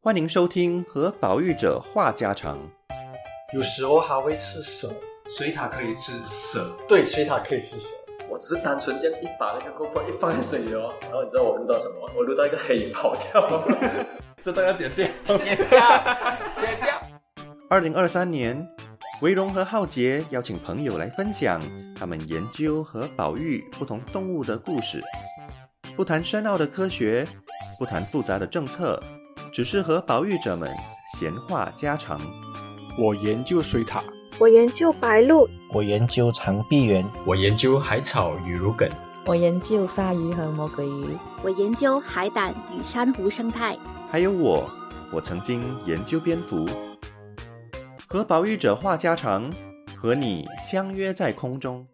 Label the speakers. Speaker 1: 欢迎收听和保育者话家常。
Speaker 2: 有时候还会吃蛇，
Speaker 3: 水獭可以吃蛇，
Speaker 2: 对，水獭可以吃蛇。
Speaker 4: 我只是单纯这样一把那个 GoPro 一放在水流，然后你知道我录到什么？我录到一个黑影跑掉。
Speaker 1: 这段要剪掉。
Speaker 3: 剪掉，剪掉。
Speaker 1: 二零二三年，维荣和浩杰邀请朋友来分享他们研究和保育不同动物的故事，不谈深奥的科学，不谈复杂的政策，只是和保育者们闲话家常。
Speaker 2: 我研究水獭，
Speaker 5: 我研究白鹭，
Speaker 6: 我研究长臂猿，
Speaker 7: 我研究海草与乳梗，
Speaker 8: 我研究鲨鱼和魔鬼鱼，
Speaker 9: 我研究海胆与珊瑚生态。
Speaker 1: 还有我，我曾经研究蝙蝠。和保育者话家常，和你相约在空中。